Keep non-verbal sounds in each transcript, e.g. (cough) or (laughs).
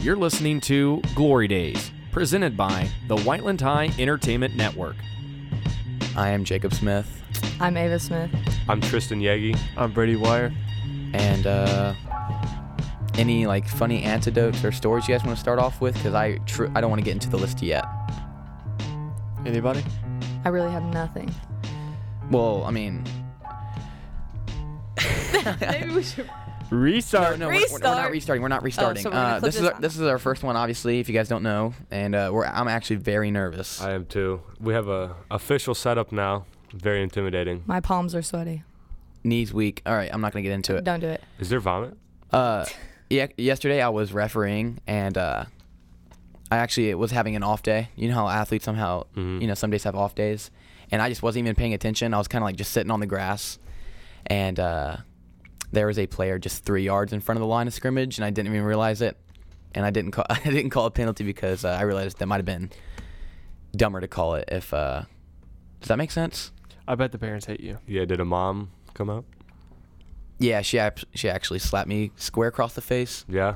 You're listening to Glory Days, presented by the Whiteland High Entertainment Network. I am Jacob Smith, I'm Ava Smith. I'm Tristan Yegi. I'm Brady Wire. and uh, any like funny antidotes or stories you guys want to start off with? Because I tr- I don't want to get into the list yet. Anybody? I really have nothing. (laughs) Well, I mean, Maybe we should. Restart. no, we're, we're- we're not Restart. Oh, restarting. We're not restarting. so we're gonna uh, clip this is this our, on. this is our first one, obviously. If you guys don't know, and uh, we're I'm actually very nervous. I am too. We have a official setup now. Very intimidating. My palms are sweaty. Knees weak. All right, I'm not gonna get into it. Don't do it. Is there vomit? Uh, ye- yesterday I was refereeing, and uh, I actually was having an off day. You know how athletes somehow, you know, some days have off days, and I just wasn't even paying attention. I was kind of like just sitting on the grass, and uh, there was a player just three yards in front of the line of scrimmage, and I didn't even realize it, and I didn't call (laughs) I didn't call a penalty because uh, I realized that might have been dumber to call it. If uh, does that make sense? I bet the parents hate you. Yeah, did a mom come out? Yeah, she act- she actually slapped me square across the face. Yeah.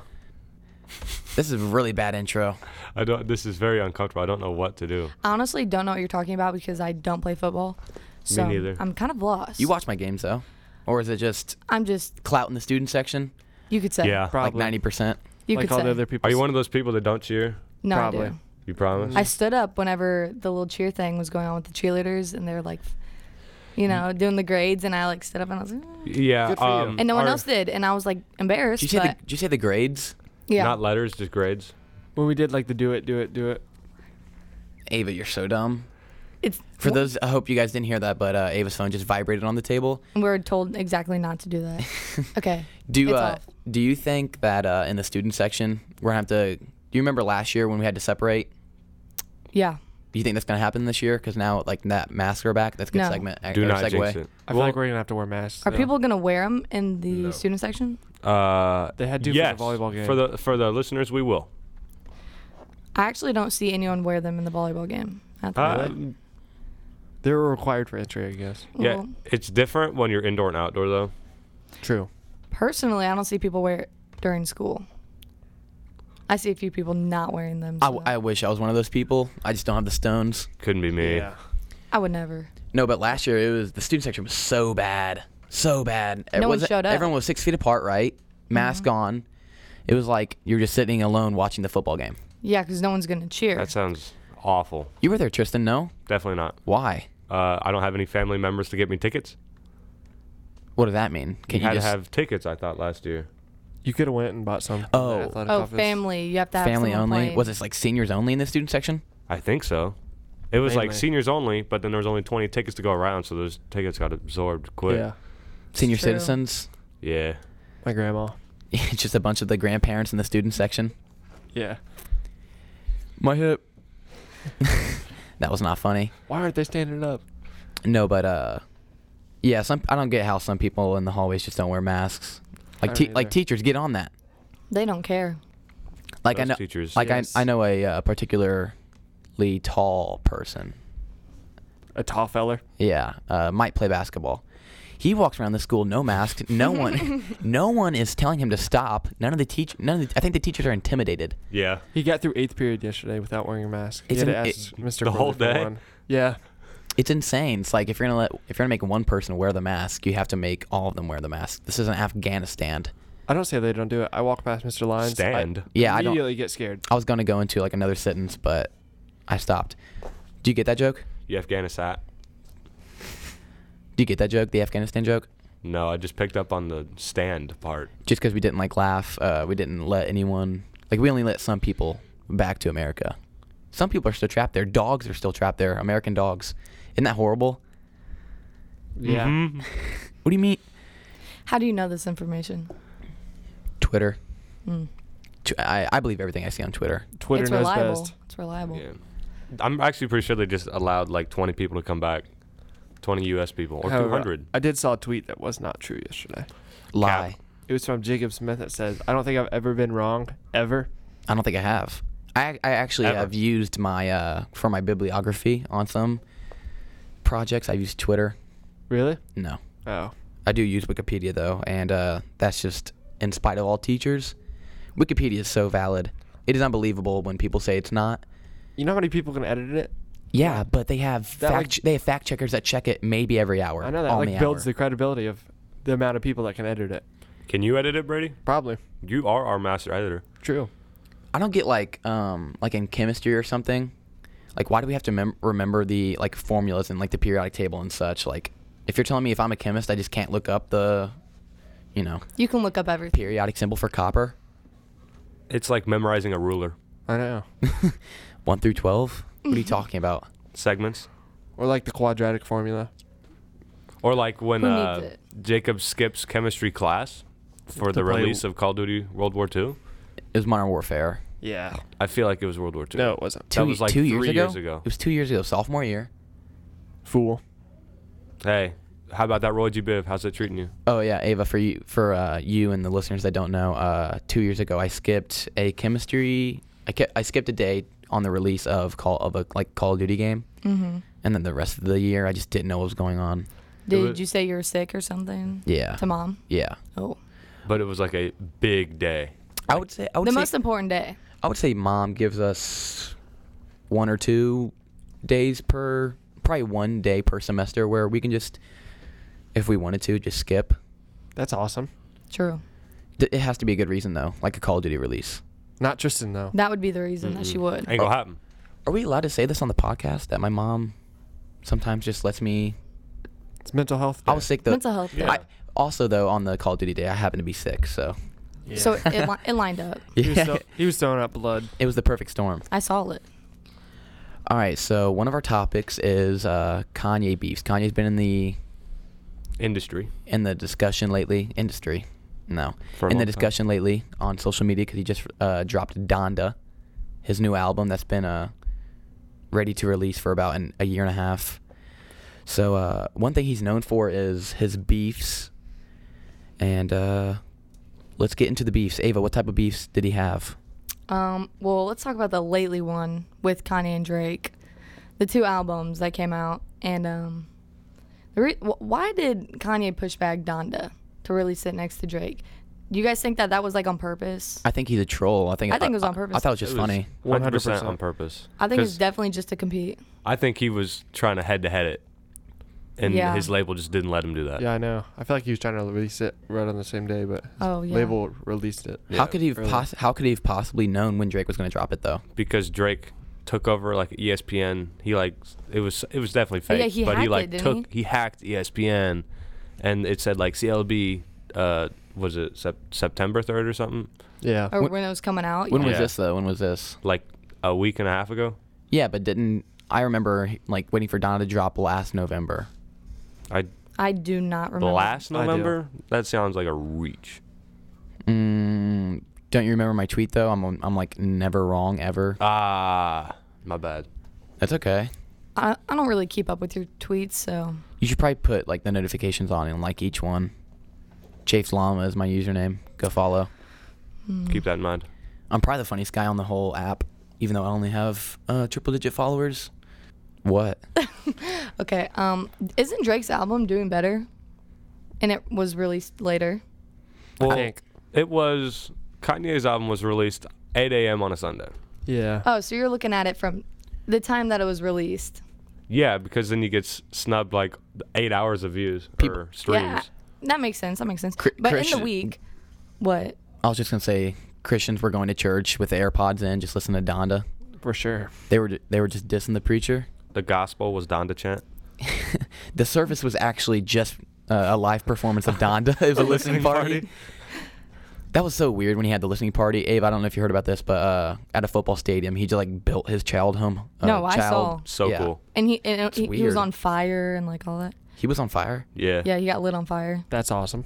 This is a really bad intro. I don't this is very uncomfortable. I don't know what to do. I honestly don't know what you're talking about because I don't play football. So neither. I'm kind of lost. You watch my games though, or is it just I'm just. clout in the student section, You could say. Yeah. like Probably. ninety percent? You like could all say. the other people. Are you one of those people that don't cheer? no, I Probably. do. You promise? I stood up whenever the little cheer thing was going on with the cheerleaders, and they were like, you know, Mm. doing the grades, and I like stood up and I was like, "Mm." yeah. Good for you. um, and no one are- else did, and I was like embarrassed. Did you say the but Did you say the grades? yeah, Not letters, just grades. When we did like the do it, do it, do it. Ava, you're so dumb. it's For those, I hope you guys didn't hear that, but uh, Ava's phone just vibrated on the table. we were told exactly not to do (laughs) that. okay, Do It's uh, off. Do you think that uh, in the student section we're gonna have to? Do you remember last year when we had to separate? yeah, Do you think that's gonna happen this year? Because now like that masks are back. That's a good No. segment. Do or not segue. jinx it. I feel like we're gonna have to wear masks. are though. people gonna wear them in the No. student section? Uh, They had to for the yes, volleyball game. For the for the listeners, we will. I actually don't see anyone wear them in the volleyball game. At the Uh, moment. They were required for entry, I guess. yeah, Well, it's different when you're indoor and outdoor though. True. personally, I don't see people wear it during school. I see a few people not wearing them. I, so w- I wish I was one of those people. I just don't have the stones. Couldn't be me. I would never. No, but last year it was the student section was so bad, so bad. It No one wasn't- showed up. Mm-hmm. Everyone was six feet apart, right? Mask on. It was like you were just sitting alone watching the football game. Yeah, because no one's gonna cheer. That sounds awful. You were there, Tristan. No, Definitely not. why? Uh, I don't have any family members to get me tickets. What does that mean? Can You you, had just to have tickets, I thought, last year. You could have went and bought some. from the Oh. athletic oh, office. family. You have to have family someone only? playing. Was this like seniors only in the student section? I think so. It was like Mainly. seniors only, but then there was only 20 tickets to go around, so those tickets got absorbed quick. Yeah. Senior true. citizens? (laughs) Yeah. My grandma. It's just a bunch of the grandparents in the student section. (laughs) Yeah. My hip. that was not funny. Why aren't they standing up? No, but uh, yeah. Some I don't get how some people in the hallways just don't wear masks. Like I te- don't like either. teachers, get on that. They don't care. Like I Those know, teachers. like Yes. I, I know a uh, particularly tall person. A tall feller. Yeah, uh, might play basketball. He walks around the school no mask. No one, no one is telling him to stop. None of the teach, none of the, I think the teachers are intimidated. Yeah. He got through eighth period yesterday without wearing a mask. He It's had an- to it- ask Mr. the whole Brother for day? one. Yeah. It's insane. It's like if you're gonna let, if you're gonna make one person wear the mask, you have to make all of them wear the mask. This isn't Afghanistan. I don't say they don't do it. I walk past Mr. Lyons. Stand. I Yeah, I don't- immediately get scared. I was gonna go into like another sentence, but I stopped. Do you get that joke? You Afghanistan. Do you get that joke? The Afghanistan joke? No, I just picked up on the stand part. just because we didn't like laugh, uh, we didn't let anyone like we only let some people back to America. Some people are still trapped there. Dogs are still trapped there. American dogs. Isn't that horrible? Yeah. Mhm. What do you mean? How do you know this information? Twitter. Mm. Tw- I, I believe everything I see on Twitter. Twitter it's knows reliable. best. It's reliable. Yeah. I'm actually pretty sure they just allowed like 20 people to come back. 20 U.S. people or However, 200. I did saw a tweet that was not true yesterday. Lie. It was from Jacob Smith that says, "I don't think I've ever been wrong ever." I don't think I have. I I actually Ever. have used my uh for my bibliography on some projects. I use Twitter. Really? No, Oh, I do use Wikipedia though, and uh, that's just in spite of all teachers. Wikipedia is so valid. It is unbelievable when people say it's not. You know how many people can edit it? Yeah, but they have That, fact like- che- they have fact checkers that check it maybe every hour. I know that on like the builds hour. the credibility of the amount of people that can edit it. Can you edit it, Brady? Probably You are our master editor. true. I don't get like um like in chemistry or something. Like why do we have to mem- remember the like formulas and like the periodic table and such? Like if you're telling me if I'm a chemist, I just can't look up the you know You can look up everything. periodic symbol for copper (laughs) It's like memorizing a ruler. (laughs) I know. one through twelve. What (laughs) are you talking about? Segments. Or like the quadratic formula. Or like when Who needs uh, it? Jacob skips chemistry class for To the play- release of Call of Duty World War II. It was Modern Warfare. Yeah. I feel like it was World War II. No, it wasn't. Two, was, like, two three years, years ago. ago. It was two years ago, sophomore year. Fool. Hey, how about that Roy G. Biv? How's that treating you? Oh yeah, Ava. For you, for uh, you and the listeners that don't know, uh, two years ago I skipped a chemistry. I kept, I skipped a day on the release of call of a like Call of Duty game, Mm-hmm. and then the rest of the year I just didn't know what was going on. Did was- you say you were sick or something? Yeah. To mom. Yeah. Oh, But it was like a big day. I would say I would the say most important day. I would say mom gives us one or two days per probably one day per semester where we can just if we wanted to just skip. That's awesome. True. D- It has to be a good reason though, like a Call of Duty release. Not Tristan though. That would be the reason that she would. Ain't gonna happen. Are we allowed to say this on the podcast that my mom sometimes just lets me? It's mental health. I day. was sick though. Mental health. Yeah. Day. I, also though on the Call of Duty day, I happened to be sick, so Yeah. So it, it, li- it lined (laughs) up. he, was so- he was throwing up blood. it was the perfect storm. I saw it. All right, so one of our topics is uh, Kanye beefs. Kanye's been in the Industry. in the discussion lately, industry, no, For a in long the time. discussion lately on social media because he just uh, dropped Donda, his new album that's been uh, ready to release for about an, a year and a half. So uh, one thing he's known for is his beefs, and uh, let's get into the beefs. Ava, what type of beefs did he have? Um, well, let's talk about the lately one with Kanye and Drake, the two albums that came out, and um, the re- wh- why did Kanye push back Donda to really sit next to Drake? Do you guys think that that was like on purpose? I think he's a troll. I think I think it was on I, purpose. thought it was just It was funny. 100% 100%. on purpose. I think it's 'Cause definitely just to compete. I think he was trying to head to head it. And Yeah. his label just didn't let him do that. Yeah, I know. I feel like he was trying to release it right on the same day, but his Oh, yeah. label released it. how Yeah, could he have early. poss- how could he have possibly known when Drake was going to drop it though? Because Drake took over like E ESPN. He like it was it was definitely Oh, fake. yeah, he but he hacked like it, didn't took he? hacked E ESPN and it said like CLB uh was it sep- September 3rd or something? Yeah. Or When- when, it was coming out. When yeah. was Yeah. this though? When was this? Like a week and a half ago? Yeah, but didn't I remember like waiting for Donna to drop last November? I I do not remember. last I do. November? That sounds like a reach. Mm, don't you remember my tweet though? I'm I'm like never wrong ever. Ah, my bad. That's okay. I, I don't really keep up with your tweets, so You should probably put like the notifications on and like each one. Chafes Llama is my username. Go follow. Mm. Keep that in mind. I'm probably the funniest guy on the whole app, even though I only have uh, triple digit followers. What? okay. Um, isn't Drake's album doing better? And it was released later. I think. It was Kanye's album was released 8 a.m. on a Sunday. Yeah. Oh, so you're looking at it from the time that it was released. Yeah, because then he gets snubbed like eight hours of views or streams. Yeah, that makes sense. That makes sense. Cr- but in Christian- the week, what? I was just gonna say Christians were going to church with the AirPods in, just listen to Donda. For sure. They were they were just dissing the preacher. The gospel was Donda chant. (laughs) The service was actually just uh, a live performance of (laughs) Donda. it was a listening party. That was so weird when he had the listening party. Abe, I don't know if you heard about this, but uh, at a football stadium, he just like built his child home. Uh, No, I child- saw. So Yeah. cool. And he and he, he weird. was on fire and like all that. He was on fire. Yeah. Yeah, he got lit on fire. That's awesome.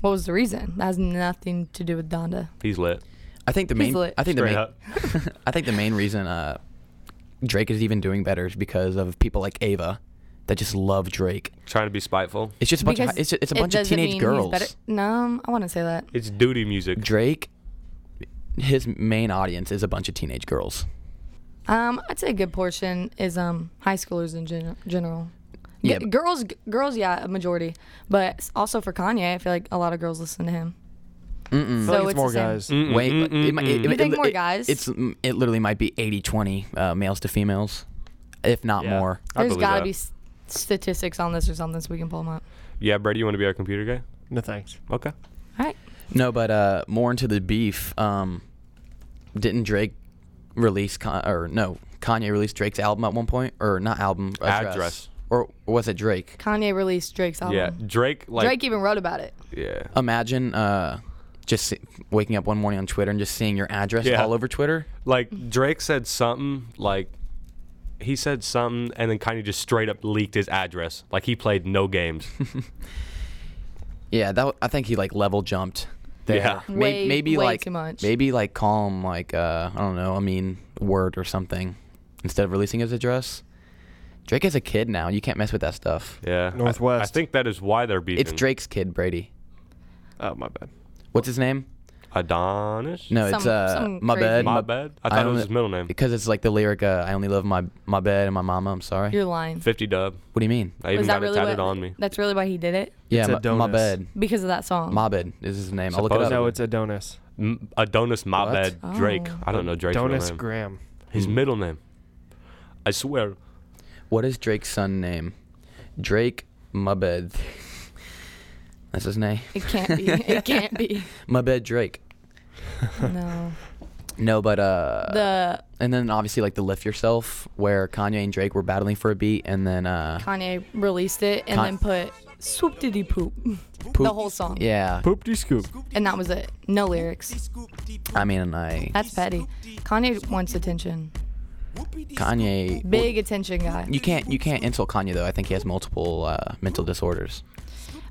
What was the reason? That has nothing to do with Donda. He's lit. I think the He's main. lit. I think the Straight main. up. (laughs) I think the main reason uh, Drake is even doing better is because of people like Ava, that just love Drake. Trying to be spiteful. It's just a bunch. Of, Because hi- it's, ju- it's a it bunch of doesn't mean teenage he's girls. better- No, um, I wouldn't say that. It's duty music. Drake, his main audience is a bunch of teenage girls. Um, I'd say a good portion is um high schoolers in gen- general. G- Yeah, but- girls, g- girls, yeah, a majority. But s- also for Kanye, I feel like a lot of girls listen to him. Mm-mm. I feel So like it's it's more the same. guys. Mm, Wait, mm, it, mm, might- mm. it, You it- think more it- guys? It's it literally might be 80-20 uh, males to females, if not Yeah. more. I There's believe got to that. be s- statistics on this or something so we can pull them up. Yeah, Brady, you want to be our computer guy? No thanks. Okay. All right. No, but uh, more into the beef. Um, didn't Drake release Con- or no Kanye released Drake's album at one point or not album address, Address. or was it Drake? Kanye released Drake's album. Yeah, Drake. Like, Um, Drake even wrote about it. Yeah. Oh. Imagine uh, just se- waking up one morning on Twitter and just seeing your address Yeah. all over Twitter. like Drake said something like he said something and then kind of just straight up leaked his address. Like he played (laughs) no games. Yeah, that w- I think he like level jumped. There. Yeah. May- Way- maybe way like too much. maybe like call him like uh, I don't know. I mean, word or something instead of releasing his address. Drake is a kid now. You can't mess with that stuff. yeah. I- I, Northwest. think that is why they're beefing. It's Drake's kid, Brady. Oh my bad. What's his name? Adonis. No, it's Some- uh, some my crazy- bed. My my- bad. I thought it was only- his middle name. Because it's like the lyric, uh, "I only love my my bed and my mama." I'm sorry. You're lying. Fifty Dub. what do you mean? I even Was got that really it tatted what, on me. That's really why he did it? Yeah, It's my, my Adonis. bed. Because of that song. My bed is his name. I'll look it Suppose- up. No, it's Adonis. M- Adonis. My What? bad. Drake. Oh. I don't know Drake's Adonis middle name. Graham. his middle name. I swear. What is Drake's son name? Drake Mabed. (laughs) That's his name. It (laughs) can't be. It can't be. Mabed Drake. No. No, but uh, The and then obviously like the lift yourself, where Kanye and Drake were battling for a beat, and then uh, Kanye released it and Con- then put swoop diddy poop. Poop. The whole song. yeah. Poop de scoop. And that was it. No lyrics. I mean, I That's petty. Kanye wants attention. Kanye. Big attention guy. You can't you can't insult Kanye though. I think he has multiple uh, mental disorders.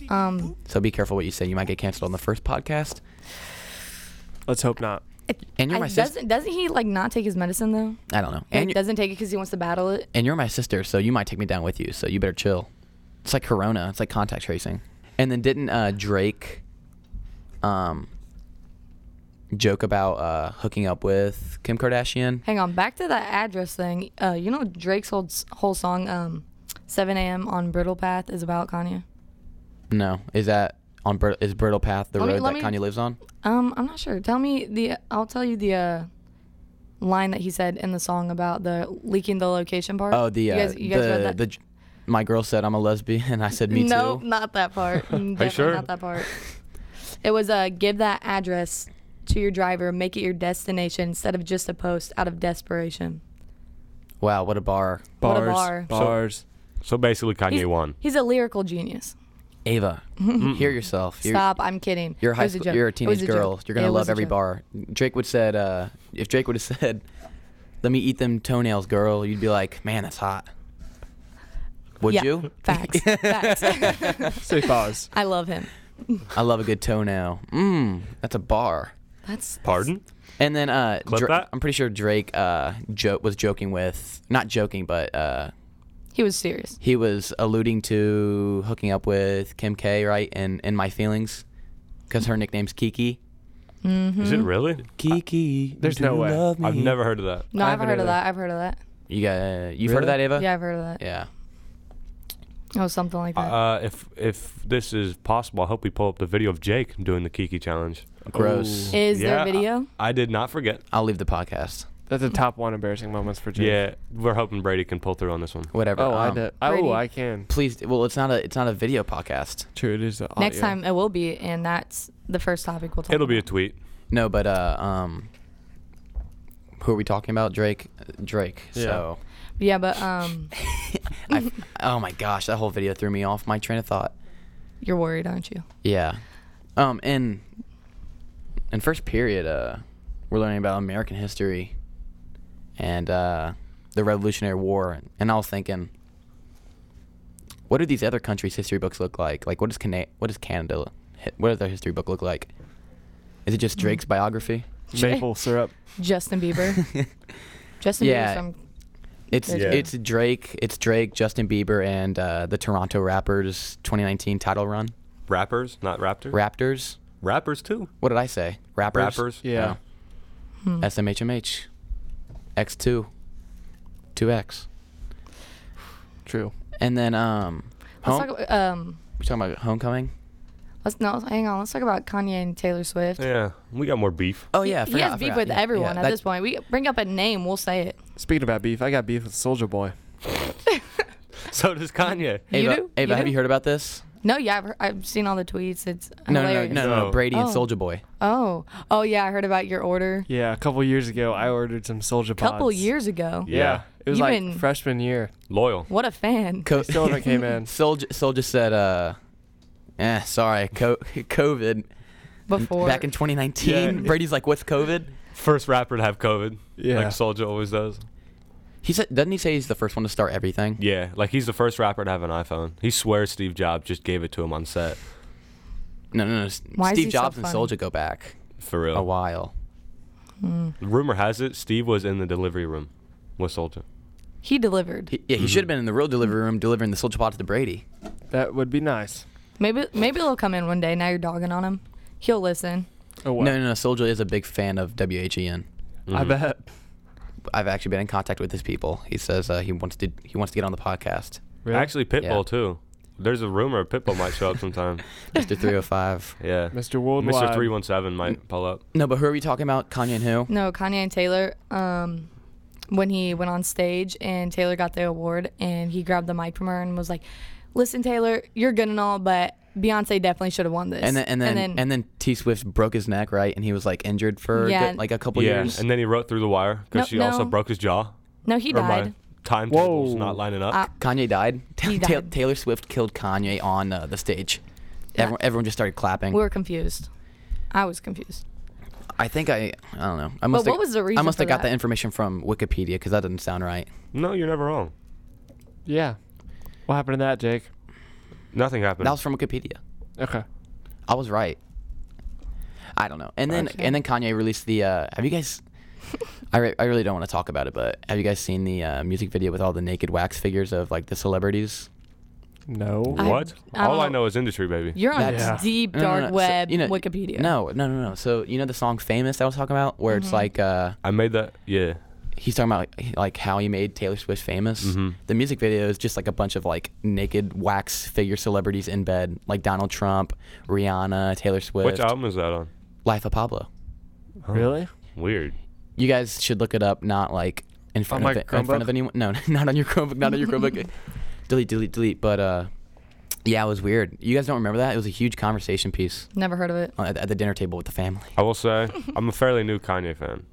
Um So be careful what you say. You might get canceled on the first podcast. Let's hope not. And you're I- my sister. doesn't doesn't he like not take his medicine though? I don't know. And And, he you're, doesn't take it because he wants to battle it. and you're my sister, so you might take me down with you. So you better chill. It's like Corona. It's like contact tracing. And then didn't uh, Drake, um, joke about uh, hooking up with Kim Kardashian? Hang on, back to that address thing. Uh, you know Drake's whole s- whole song, um, 7 a.m. on Brittle Path is about Kanye. No, is that on Bur- is Brittle Path the Let me- road let that me- Kanye lives on? Um, I'm not sure. Tell me the. I'll tell you the uh, line that he said in the song about the leaking the location part. Oh, the you uh, guys, you guys the read that? the. My girl said I'm a lesbian, and I said me no, too. not that (laughs) part. Definitely sure? not that part. It was uh, give that address to your driver, make it your destination instead of just a post out of desperation. Wow, what a bar. What a Bars. bar. So- Bars. So basically, Kanye He's- won. He's a lyrical genius. Ava, hear yourself. Hear- Mm-hmm. Stop, I'm kidding. You're a It high was school. joke. You're a It was teenage girl. joke. You're gonna It was love a every joke. bar. Drake would said, uh, if Drake would have said, "Let me eat them toenails, girl," you'd be like, "Man, that's hot." Would Yeah, you? (laughs) Facts. Facts. (laughs) Say pause. I love him. I love a good toenail. Mmm, that's a bar. That's Pardon? And then, uh, Clip Dra- that. I'm pretty sure Drake uh, jo- was joking with, not joking, but uh, he was serious. he was alluding to hooking up with Kim K, right? And in my feelings, because her nickname's Kiki. Mm-hmm. Is Hmm? it really? Kiki, There's do no you way. love I've me? never heard of that. Uh, No, I I've haven't heard of either. that. I've heard of that. You got, you've heard of that, Really? Ava? Yeah, I've heard of that. Yeah. Oh, something like that. Uh, if if this is possible, I hope we pull up the video of Jake doing the Kiki challenge. Oh. Gross. Ooh. Is Yeah, there video? I, I did not forget. I'll leave the podcast. That's the top one embarrassing moments for Jake. Yeah, we're hoping Brady can pull through on this one. Whatever. Oh, I um, did. Oh, Brady. I can. Please. Well, it's not a it's not a video podcast. True, it is. Next time it will be, and that's the first topic we'll talk. Oh, It'll be a about. tweet. No, but uh, um, who are we talking about? Drake. Drake. Yeah. So, yeah, but um, I, oh my gosh, that whole video threw me off my train of thought. you're worried, aren't you? Yeah. Um, and in first period, uh, we're learning about American history and uh, the Revolutionary War, and I was thinking. What do these other countries' history books look like? Like, what does Cana- what does Canada, hi- what does their history book look like? Is it Mm. just Drake's biography? Maple syrup. Justin (laughs) Bieber. Justin Yeah. Bieber. Some, It's Yeah. it's Drake, it's Drake, Justin Bieber, and uh, the Toronto Raptors 2019 title run. Rappers, not Raptor. Raptors. Rappers too. What did I say? Rappers. Rappers. Yeah. hmm. Oh. SMHMH. X2. 2X. True. And then um, let's home, talk about um. we talking about homecoming. Let's no, hang on. Let's talk about Kanye and Taylor Swift. Yeah, we got more beef. (laughs) Oh yeah, I he, forgot, I has beef forgot. with Yeah, everyone yeah, at that- this point. We bring up a name, we'll say it. Speaking about beef, I got beef with Soldier Boy. So does Kanye. you Ava, do? Ava, you have do? you heard about this? No, yeah, I've, heard, I've seen all the tweets. It's No, no, no, hilarious. no, no, No. Brady and Oh. Soldier Boy. Oh, oh yeah, I heard about your order Yeah, a couple years ago, I ordered some Soldier a couple Pods. years ago. Yeah. Yeah. It was You like been- freshman year. Loyal. What a fan. Co- (laughs) Still when I (laughs) came in. Soldier Soldier said, uh, eh, sorry, co- COVID. Before Back in 2019, Yeah. Brady's like, what's COVID? First rapper to have COVID. Yeah. Like Soldier always does. He said, doesn't he say he's the first one to start everything? Yeah. Like he's the first rapper to have an iPhone. He swears Steve Jobs just gave it to him on set. No, no, no. S- Why is Steve he so Jobs and funny? Soldier go back For real. a while. Rumor has it Steve was in the delivery room with Soldier. he delivered. He, Mm-hmm. yeah, he should have been in the real delivery room delivering the Soldier Pod to the Brady. That would be nice. maybe maybe he'll come in one day. Now you're dogging on him. He'll listen. Oh, well. No, no, no. Soldier is a big fan of WHEN. I Mm-hmm. bet. I've actually been in contact with his people. He says uh, he wants to he wants to get on the podcast. Really? Actually, Yeah. Pitbull too. There's a rumor Pitbull might show up sometime. (laughs) Mr. 305. Yeah. Mr. Worldwide. Mr. 317 might pull up. No, but who are we talking about? Kanye and who? No, Kanye and Taylor. Um, when he went on stage and Taylor got the award, and he grabbed the mic from her and was like, "Listen, Taylor, you're good and all, but Beyonce definitely should have won this." And then and then and then, T Swift broke his neck, right? And he was like injured for Yeah. good- like a couple yeah. years. And then he wrote Through the Wire because No- she also no. broke his jaw. no, he Or my died. Timetable's Whoa. not lining up. Uh, Kanye died. He Ta- died. Taylor Swift killed Kanye on uh, the stage. Yeah. Everyone, everyone just started clapping. We were confused. I was confused. I think I, I don't know. I must what have, was the I reason must have for got that? the information from Wikipedia because that doesn't sound right. no, you're never wrong. Yeah. What happened to that, Jake? Nothing happened. That was from Wikipedia. Okay. I was right. I don't know. And then Facts. and then Kanye released the. Uh, have you guys? I, re- I really don't want to talk about it, but have you guys seen the uh, music video with all the naked wax figures of like the celebrities? No. I- what? I All don't I know is industry, baby. You're on That's- Yeah. deep No, no, dark no, so, web you know- Wikipedia. No, no, no, no. So you know the song "Famous" I was talking about, where it's like uh, I made that. Yeah. he's talking about like, like how he made Taylor Swift famous. Mm-hmm. The music video is just like a bunch of like naked wax figure celebrities in bed, like Donald Trump, Rihanna, Taylor Swift. Which uh, album is that on? Life of Pablo. Really? Weird. You guys should look it up, not like in front my of it, in front of Chromebook? anyone. No, (laughs) not on your Chromebook, not on your (laughs) Chromebook. delete, delete, delete. But uh, yeah, it was weird. You guys don't remember that? It was a huge conversation piece Never heard of it. at, at the dinner table with the family. I will say, I'm a fairly new Kanye fan.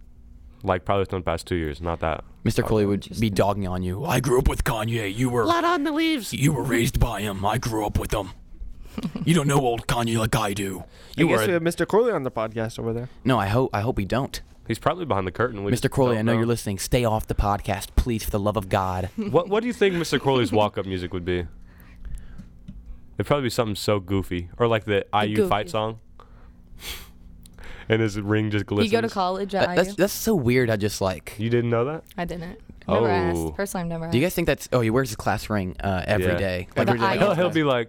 Like, probably within the past two years. Not that. Mr. Coley would be dogging on you. I grew up with Kanye. You were blood on the leaves. (laughs) You were raised by him. I grew up with him. you don't know old Kanye like I do. I guess we have Mr. Corley on the podcast over there. No, I hope I hope we don't. He's probably behind the curtain. We Mr. just Crowley, don't I know you're listening. Stay off the podcast, please, for the love of (laughs) God. What What do you think Mr. Crowley's walk up music would be? It'd probably be something so goofy, or like the IU goofy. fight song. (laughs) and his ring just You glistens. go to college at That- IU? that's that's so weird. I just like. You didn't know that? I didn't. Never Oh. asked. Personally, I've never asked. Do you guys think that's? Oh, he wears his class ring uh, every Yeah. day. Like Every a day. eye- He'll, he'll be like,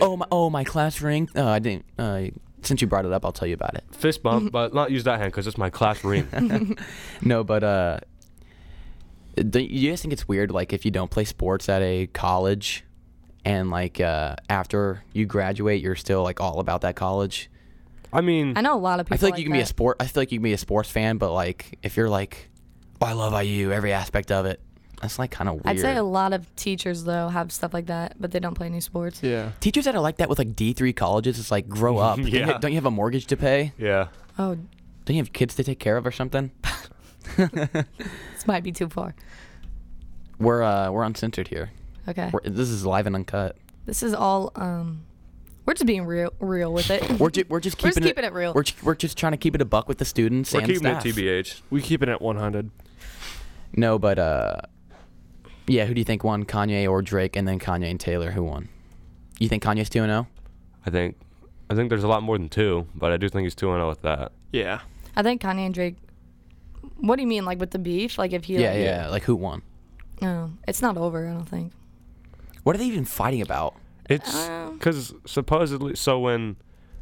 Oh my! Oh my class ring. Uh, I didn't. Uh, since you brought it up, I'll tell you about it. fist (laughs) bump, but not use that hand because it's my class ring. No, but uh, do you guys think it's weird? Like if you don't play sports at a college, and like uh, after you graduate, you're still like all about that college. I mean, I know a lot of people. I feel like, you can be a that. sport. I feel like you can be a sports fan, but like if you're like, oh, I love IU, every aspect of it. That's like kind of weird. I'd say a lot of teachers though have stuff like that, but they don't play any sports. Yeah. Teachers that are like that with like D three colleges, it's like grow (laughs) up. Don't you- Yeah. don't you have a mortgage to pay? yeah. Oh, Don't you have kids to take care of or something? this might be too far. We're uh, we're uncensored here. Okay, We're, this is live and uncut. this is all. Um, we're just being real, real with it. (laughs) We're ju- we're just We're just keeping keeping it real. We're, ju- we're just trying to keep it a buck with the students We're and keeping staff. it TBH. We keep it at 100. No, but uh, yeah. Who do you think won, Kanye or Drake? And then Kanye and Taylor, who won? You think Kanye's two and oh? zero? I think. I think there's a lot more than two, but I do think he's two and zero with that. Yeah. (laughs) I think Kanye and Drake. What do you mean, like with the beef? Like if he? Yeah, like, yeah. Like who won? No, it's not over. I don't think. What are they even fighting about? It's Oh, because supposedly, so when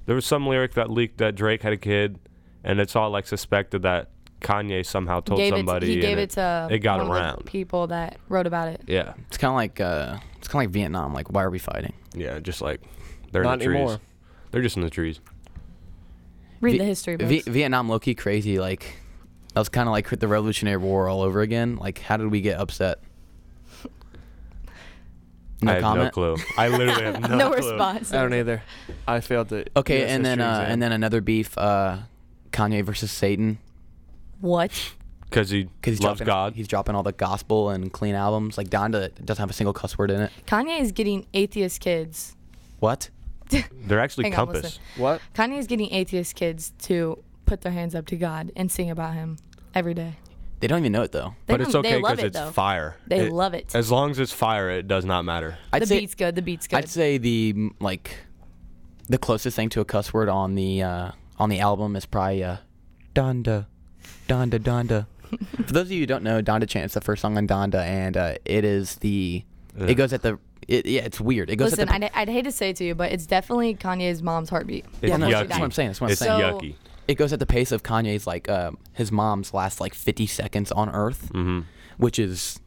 there was some lyric that leaked that Drake had a kid, and it's all like suspected that Kanye somehow told gave somebody. It, he and gave it, to. It got one of the around. people that wrote about it. Yeah, It's kind of like uh, it's kind of like Vietnam. Like why are we fighting? yeah, just like They're Not in the trees. anymore. They're just in the trees. Read Vi- the history books. V- Vietnam, low key crazy. Like that was kind of like the Revolutionary War all over again. Like how did we get upset? No I have comment. no clue. I literally (laughs) have (laughs) (laughs) no, no, clue. response. I don't either. I failed the. Okay, US and then history uh, exam. and then another beef. Uh, Kanye versus Satan. What? Because he Cause he's loves dropping, God. He's dropping all the gospel and clean albums. Like Donda doesn't have a single cuss word in it. Kanye is getting atheist kids. What? They're actually Hang on, listen. compass. what? Kanye is getting atheist kids to put their hands up to God and sing about Him every day. They don't even know it though. They but it's don't- okay They love because it it's though. fire. They love it. As long as it's fire, it does not matter. I'd the say beat's good. The beat's good. I'd say the mm, like the closest thing to a cuss word on the uh, on the album is probably uh, Donda, Donda, (laughs) Donda. For those of you who don't know, Donda Chant is the first song on Donda, and uh, it is the Ugh. it goes at the it, yeah it's weird. It goes Listen, at the I'd, I'd hate to say it to you, but it's definitely Kanye's mom's heartbeat. It's Yeah, no, yucky. that's what I'm saying, that's what I'm it's saying. So- yucky. it goes at the pace of Kanye's like um, his mom's last like 50 seconds on Earth, hmm which is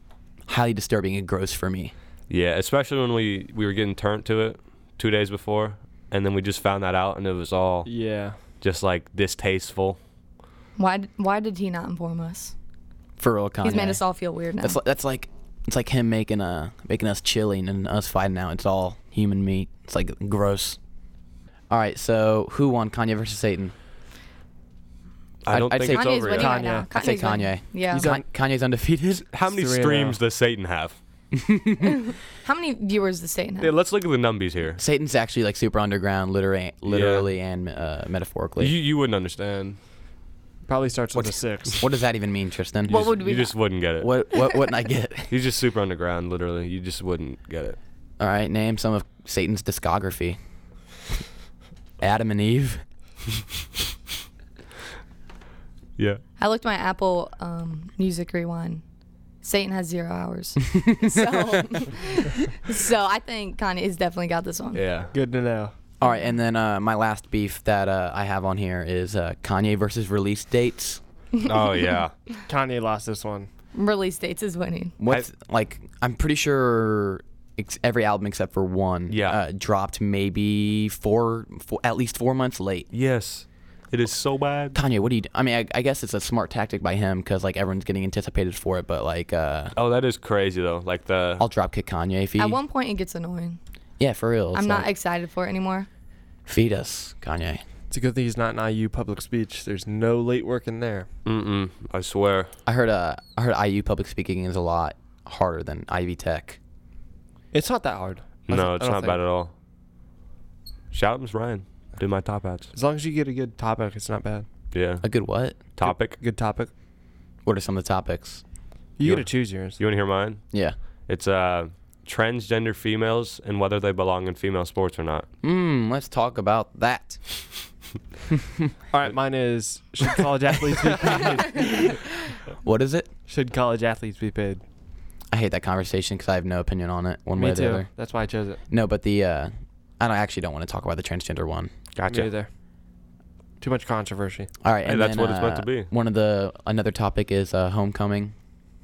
highly disturbing and gross for me. Yeah, especially when we we were getting turned to it two days before, and then we just found that out, and it was all Yeah. just like distasteful. Why? d- Why did he not inform us? For real, Kanye. He's made us all feel weird now. Oh, That's li- that's like it's like him making uh making us chilling and us fighting out. It's all human meat. It's like gross. All right, so who won Kanye versus Satan? I I'd- don't I'd think say- it's Kanye's over winning yet. right now. I'd say Kanye's winning. Kanye. Yeah. He's on- Kan- Kanye's undefeated. (laughs) How many Three and streams out. does Satan have? How many viewers does Satan have? Yeah, let's look at the numbies here. Satan's actually like super underground, literally, literally and uh, You metaphorically. you wouldn't understand. Probably starts with What- a six. what does that even mean, Tristan? What you would just, we You just wouldn't get (laughs) it. what what wouldn't I get? (laughs) He's just super underground, literally. You just wouldn't get it. All right, name some of Satan's discography. Adam and Eve. Yeah. I looked my Apple um, Music Rewind. Satan has zero hours. so, (laughs) so I think Kanye's definitely got this one. (laughs) Yeah. Good to know. All right, and then uh, my last beef that uh, I have on here is uh, Kanye versus release dates. Oh yeah. Kanye lost this one. Release dates is winning. What's like? I'm pretty sure ex- every album except for one, Yeah. uh, dropped maybe four, four, at least four months late. yes. It is so bad. Kanye, what do you? Do? I mean, I, I guess it's a smart tactic by him because like everyone's getting anticipated for it. But like, uh, Oh, that is crazy though. Like the I'll drop kick Kanye if he. At one point, it gets annoying. yeah, for real. I'm It's not like, excited for it anymore. feed us, Kanye. It's a good thing he's not an IU public speech. There's no late work in there. mm-mm. I swear. I heard uh, I heard IU public speaking is a lot harder than Ivy Tech. It's not that hard. I th- No, I it's oh, don't not think. bad at all. Shout out Miss Ryan. Did my top hats. As long as you get a good topic, it's not bad. Yeah. A good what? Topic. Good topic. What are some of the topics? You You get to wanna- choose yours. You want to hear mine? Yeah. It's uh, transgender females and whether they belong in female sports or not. Hmm. Let's talk about that. (laughs) All right, mine is should college athletes (laughs) be paid? What is it? Should college athletes be paid? I hate that conversation because I have no opinion on it, one way Me or the too. other. That's why I chose it. No, but the uh, I don't, I actually don't want to talk about the transgender one. Me either. Too much controversy. All right, Hey, and that's then, what it's meant uh, to be. One of the another topic is uh, homecoming.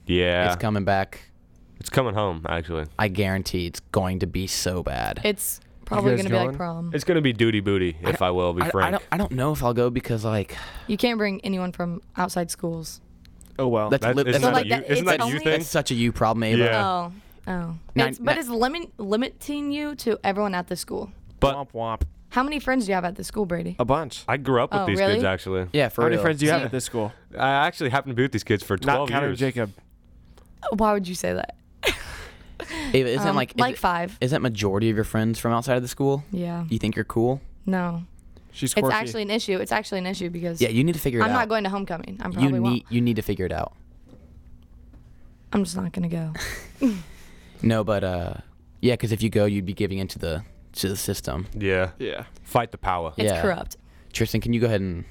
Yeah. It's coming back. It's coming home, actually. I guarantee it's going to be so bad. It's probably guys gonna be going? like prom. It's going to be duty booty, if I, will, be I, I frank. don't. I don't know if I'll go because like You can't bring anyone from outside schools. Oh well. that's, That- li- isn't that's, So, that, like, a that- you, isn't it's that a you only- thing? that's such a you problem, Ava. Yeah. Oh, oh. Now- It's, but now- it's limit, limiting you to everyone at the school. But womp womp. How many friends do you have at the school, Brady? A bunch. I grew up with Oh, these really? kids, actually. Yeah, for How real. many friends do you have See- at this school? I actually happened to be with these kids for 12 Not counting years. Jacob. Why would you say that? Ava, isn't Um, like is like it- five. Isn't majority of your friends from outside of the school? Yeah. You think you're cool? No. She's It's quirky. actually an issue. It's actually an issue because Yeah, you need to figure it I'm out. not going to homecoming. I'm You probably need won't. you need to figure it out. I'm just not (laughs) gonna go. No, but uh, yeah, because if you go, you'd be giving into the to the system. Yeah. yeah. Fight the power. It's Yeah. corrupt. Tristan, can you go ahead and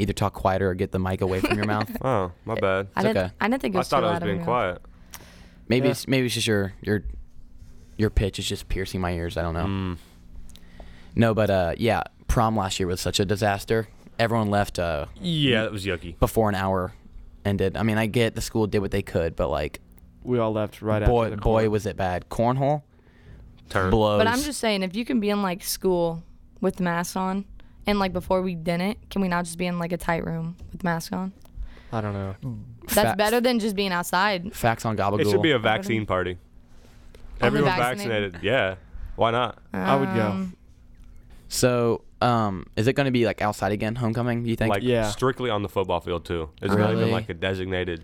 either talk quieter or get the mic away (laughs) from your mouth? Oh, my bad. I It's didn't. okay. I didn't think it I was thought too I was loud of being me. quiet. Maybe Yeah. it's maybe it's just your your your pitch is just piercing my ears. I don't know. Mm. No, but uh, yeah, prom last year was such a disaster. Everyone left uh, Yeah, that was yucky. before an hour ended. I mean, I get the school did what they could, but like, We all left right boy, after the boy, corn. was it bad. Cornhole, Turn. blows. But I'm just saying, if you can be in like school with the mask on, and like before we didn't, can we not just be in like a tight room with the mask on? I don't know. That's Fa- better than just being outside. Facts on Gabagool. It should be a vaccine party. Everyone vaccinated? vaccinated. Yeah. Why not? I would go. Um, so, um, is it going to be like outside again? Homecoming? Do you think? like Yeah. strictly on the football field too. It's not even Really? like a designated.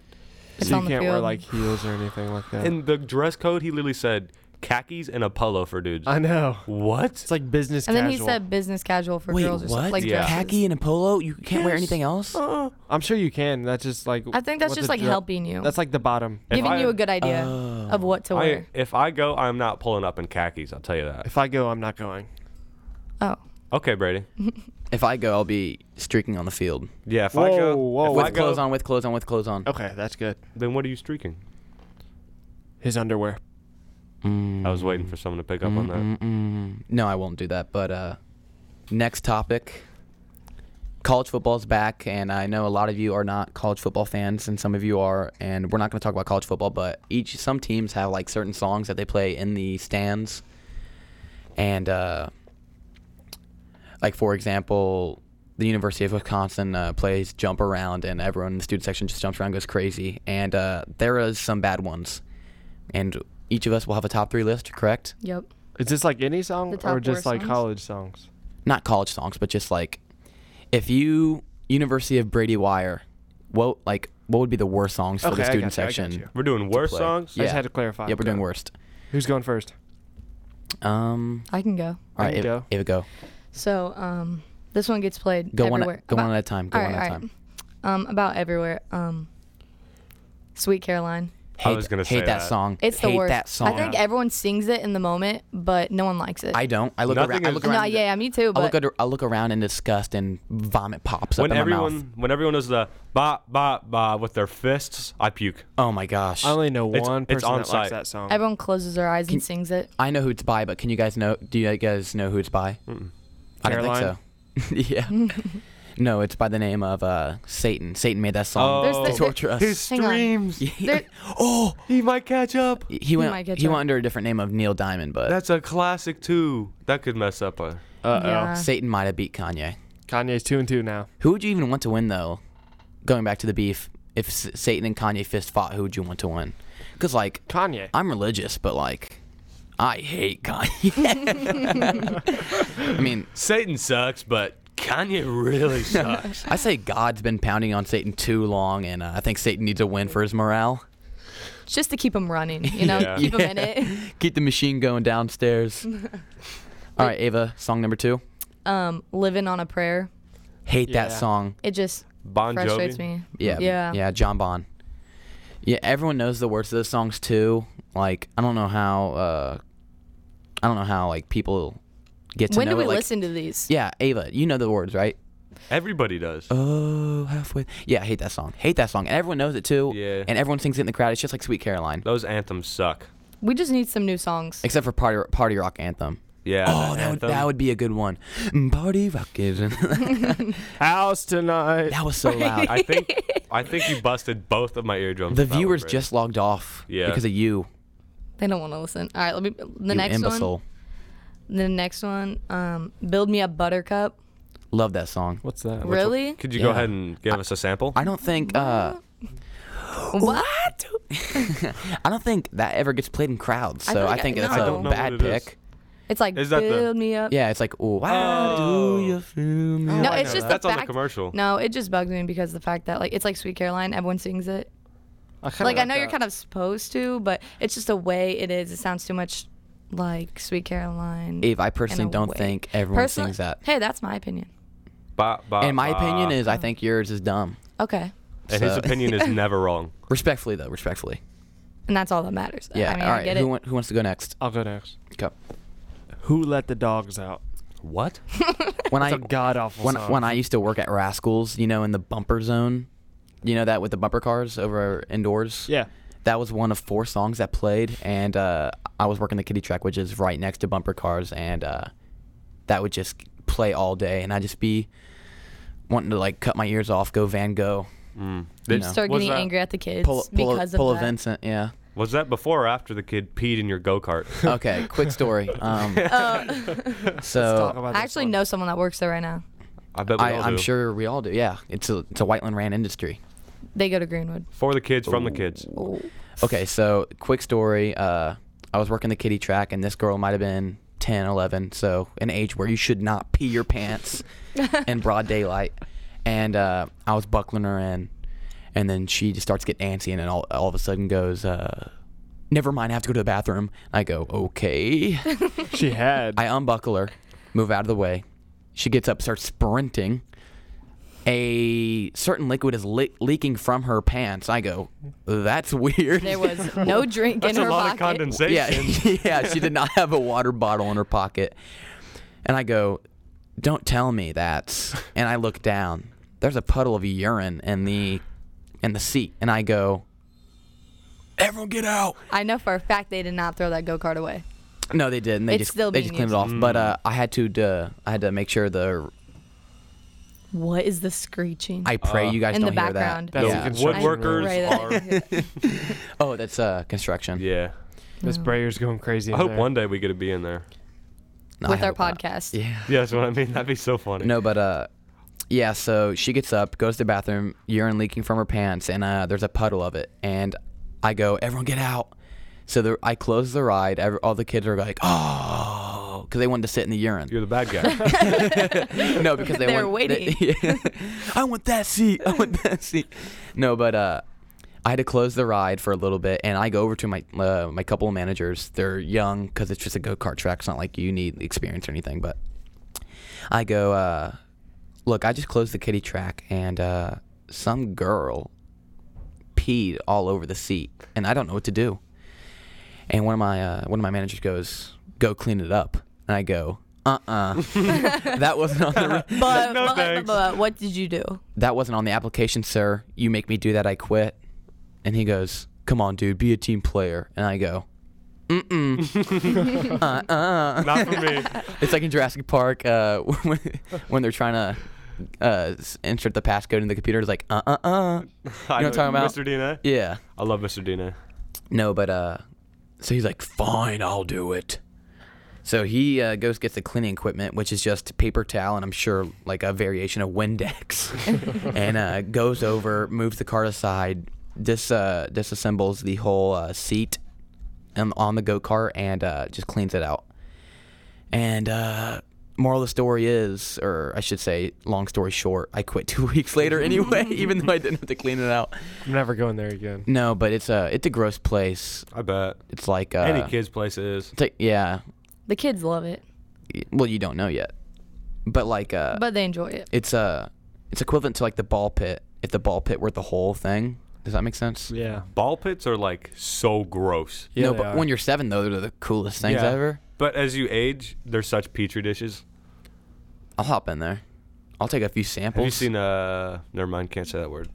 It's so on you the can't wear field. like heels or anything like that. In the dress code, he literally said khakis and a polo for dudes. I know. what? It's like business. And then he casual. said business casual for Wait, girls. Or what? something, like Yeah. dresses. khaki and a polo? You can't wear anything else? Uh, "I'm sure you can." That's just like. I think that's what just the like dri- helping you, That's like the bottom. If giving I- you a good idea Oh. of what to I, wear. if I go, I'm not pulling up in khakis. I'll tell you that. If I go, I'm not going. oh, Okay, Brady. If I go, I'll be streaking on the field Yeah. If I Whoa, go, whoa. if With Oh, I with go, clothes on, with clothes on, with clothes on. Okay, that's good. then what are you streaking? His underwear. Mm, I was waiting for someone to pick up on that. mm, mm. No, I won't do that. But uh, next topic. College football's back, and I know a lot of you are not college football fans, and some of you are. And we're not going to talk about college football, but each some teams have like certain songs that they play in the stands, and uh, like for example, the University of Wisconsin uh, plays "Jump Around," and everyone in the student section just jumps around, and goes crazy. And uh, there is some bad ones, and each of us will have a top three list, correct? yep. Is this like any song The top or just four like songs? college songs? not college songs, but just like if you University of Brady Wire, what like what would be the worst songs for Okay, the I student got you, I got section? you. We're doing worse play. songs. I just had to clarify. Yeah, we're doing Go. worst. Who's going first? Um, I can go. all right, can Ava, go. Ava, go. So um, this one gets played Go one, everywhere. at, go About- one at a time. Go all one right, at a all right. time. Um, about everywhere. Um, Sweet Caroline. I Hate, was gonna hate say that, that. song. It's the hate worst. that song. I think everyone sings it in the moment, but no one likes it. I don't. I look Nothing around. I is- look no, around. in- yeah, me too. I look. But ad- I look around in disgust and vomit pops When up in everyone, my mouth. when everyone does the ba ba ba with their fists, I puke. Oh my gosh. I only know It's- one it's person on that site. likes that song. everyone closes their eyes and sings it. I know who it's by, but can you guys know? Do you guys know who it's by? I don't Caroline? think so. (laughs) yeah. (laughs) no, it's by the name of uh, Satan. Satan made that song Oh, to There's the- torture us. (laughs) his Hang on. streams. There- oh, He might catch up. he might went. He, get you. went under a different name of Neil Diamond, but That's a classic too. That could mess up a. Uh oh. Yeah. Satan might have beat Kanye. Kanye's two and two now. Who would you even want to win though? Going back to the beef, if S- Satan and Kanye fist fought, who would you want to win? Because like, Kanye. I'm religious, but like, I hate (laughs) Kanye. (laughs) I mean, Satan sucks, but Kanye (laughs) really sucks. I say God's been pounding on Satan too long, and uh, I think Satan needs a win for his morale. just to keep them running, you know, (laughs) Yeah. keep 'em in it. (laughs) Keep the machine going downstairs. All right, Ava, song number two. Um, living on a prayer, Hate that Yeah. song. it just bon frustrates Jovi. me. Yeah. yeah, Yeah, John Bon. Yeah, everyone knows the words of those songs too. Like, I don't know how uh I don't know how like people get to When know do we it, like- listen to these? Yeah, Ava, you know the words, right? Everybody does. Oh, halfway. Yeah, I hate that song. Hate that song. And everyone knows it too. Yeah. Oh, And everyone sings it in the crowd. It's just like Sweet Caroline. Those anthems suck. We just need some new songs. Except for Party Party Rock Anthem. Yeah. oh, that would, that would be a good one. Mm, Party Rock is (laughs) House tonight. That was so loud. I (laughs) think I think you busted both of my eardrums. the with that one, viewers Brady. just logged off Yeah. because of you, They don't want to listen. All right, let me. The you next imbecile. one. The next one. Um, build me a buttercup. Love that song. What's that? Really? Could you go Yeah. ahead and give us a sample? I don't think uh What? I don't think that ever gets played in crowds, I so feel I, like I- think no. that's I a don't know bad what it is. pick. It's like Is that the- build me up. Yeah, it's like why Oh. do you feel me? No, I it's just know that. the That's on the fact. commercial. No, it just bugs me because the fact that like it's like Sweet Caroline, everyone sings it. kinda Like I know you're that. kind of supposed to, but it's just the way it is. It sounds too much like Sweet Caroline. Eve, I in personally a don't way. think everyone Personally- sings that. Hey, that's my opinion. Ba, ba, And my opinion uh, ba. is I think yours is dumb. Okay, and his so- (laughs) opinion is never wrong. Respectfully though, respectfully. and that's all that matters. Yeah. I mean, All I right. get Who, it. want- who wants to go next? I'll go next. Go. Who let the dogs out? What? When I It's a god awful when song. when I used to work at Rascals, you know, in the bumper zone, you know that with the bumper cars over indoors. yeah. that was one of four songs that played, and uh, I was working the kitty track, which is right next to bumper cars, and uh, that would just play all day, and I'd just be wanting to like cut my ears off, go Van Gogh, Mm. You Did- know. (laughs) Start was getting that- angry at the kids pull pull a, because pull of a that. (laughs) Vincent, yeah. Was that before or after the kid peed in your go (laughs) kart? okay, quick story. Um, (laughs) Talk so about I this actually one. know someone that works there right now. I bet we I, all I'm do. sure we all do. Yeah, it's a it's a Whiteland ran industry. They go to Greenwood. For the kids, from the kids. Oh. Okay, so quick story. Uh, I was working the kiddie track, and this girl might have been 10, 11, so an age where you should not pee your pants in broad daylight. And uh, I was buckling her in, and then she just starts getting antsy, and then all, all of a sudden goes, uh, "Never mind, I have to go to the bathroom." I go, "Okay." She had. I unbuckle her, move out of the way. She gets up, starts sprinting. A certain liquid is le- leaking from her pants. I go, "That's weird." (laughs) There was no drink in That's a her lot of pocket. condensation. Yeah, (laughs) yeah. She did not have a water bottle in her pocket, and I go, "Don't tell me (laughs) that's." And I look down. There's a puddle of urine in the in the seat, and I go, "Everyone, get out!" I know for a fact they did not throw that go kart away. No, they didn't. They It's just still they being just cleaned it off. Mm. But uh, I had to uh, I had to make sure the What is the screeching? I pray Uh, you guys in the don't hear background. that. That's yeah. a Wood construction workers room. Right (laughs) there. Oh, that's uh, construction. Yeah. This Brayer's going crazy. I in hope there. one day we get to be in there. No, I with our hope (laughs) not. podcast. Yeah. Yeah, that's what I mean. That'd be so funny. No, but uh, yeah. So she gets up, goes to the bathroom, urine leaking from her pants, and uh, there's a puddle of it. And I go, everyone get out. So the, I close the ride. Every, all the kids are like, oh, because they wanted to sit in the urine. You're the bad guy. no, because they They're want- waiting. they- (laughs) yeah. I want that seat. I want that seat. No, but uh, I had to close the ride for a little bit, and I go over to my uh, my couple of managers. They're young because it's just a go kart track. It's not like you need experience or anything. But I go, uh, look, I just closed the kiddie track, and uh, some girl peed all over the seat, and I don't know what to do. And one of my uh, one of my managers goes, "Go clean it up," and I go, "Uh-uh, that wasn't on (laughs) the re- But, No, but- thanks. but what did you do? that wasn't on the application, sir. You make me do that, I quit." And he goes, "Come on, dude, be a team player." And I go, Not for me. "It's like in Jurassic Park uh, (laughs) when, when they're trying to." Uh, s- insert the passcode in the computer. It's like, uh, uh, uh. I You know what I'm talking about? Mr. Dina. Yeah. I love Mr. Dina. No, but uh, so he's like, fine, I'll do it. So he uh, goes gets the cleaning equipment, which is just paper towel and I'm sure like a variation of Windex, (laughs) and uh, goes over, moves the cart aside, dis uh, disassembles the whole uh, seat on, on the go kart and uh, just cleans it out. And uh, moral of the story is, or I should say, long story short, I quit (laughs) two weeks later anyway, (laughs) even though I didn't have to clean it out. I'm never going there again. No, but it's a it's a gross place. I bet. It's like uh, Any kid's place is. it's like- yeah. The kids love it, Well, you don't know yet, but like uh, but they enjoy it. it's uh, it's equivalent to like the ball pit. If the ball pit were the whole thing, does that make sense? Yeah. Ball pits are like so gross. yeah no, they but are. when you're seven though, they're the coolest things Yeah. ever. But as you age, they're such petri dishes. I'll hop in there. I'll take a few Have samples. you seen uh never mind, can't say that word.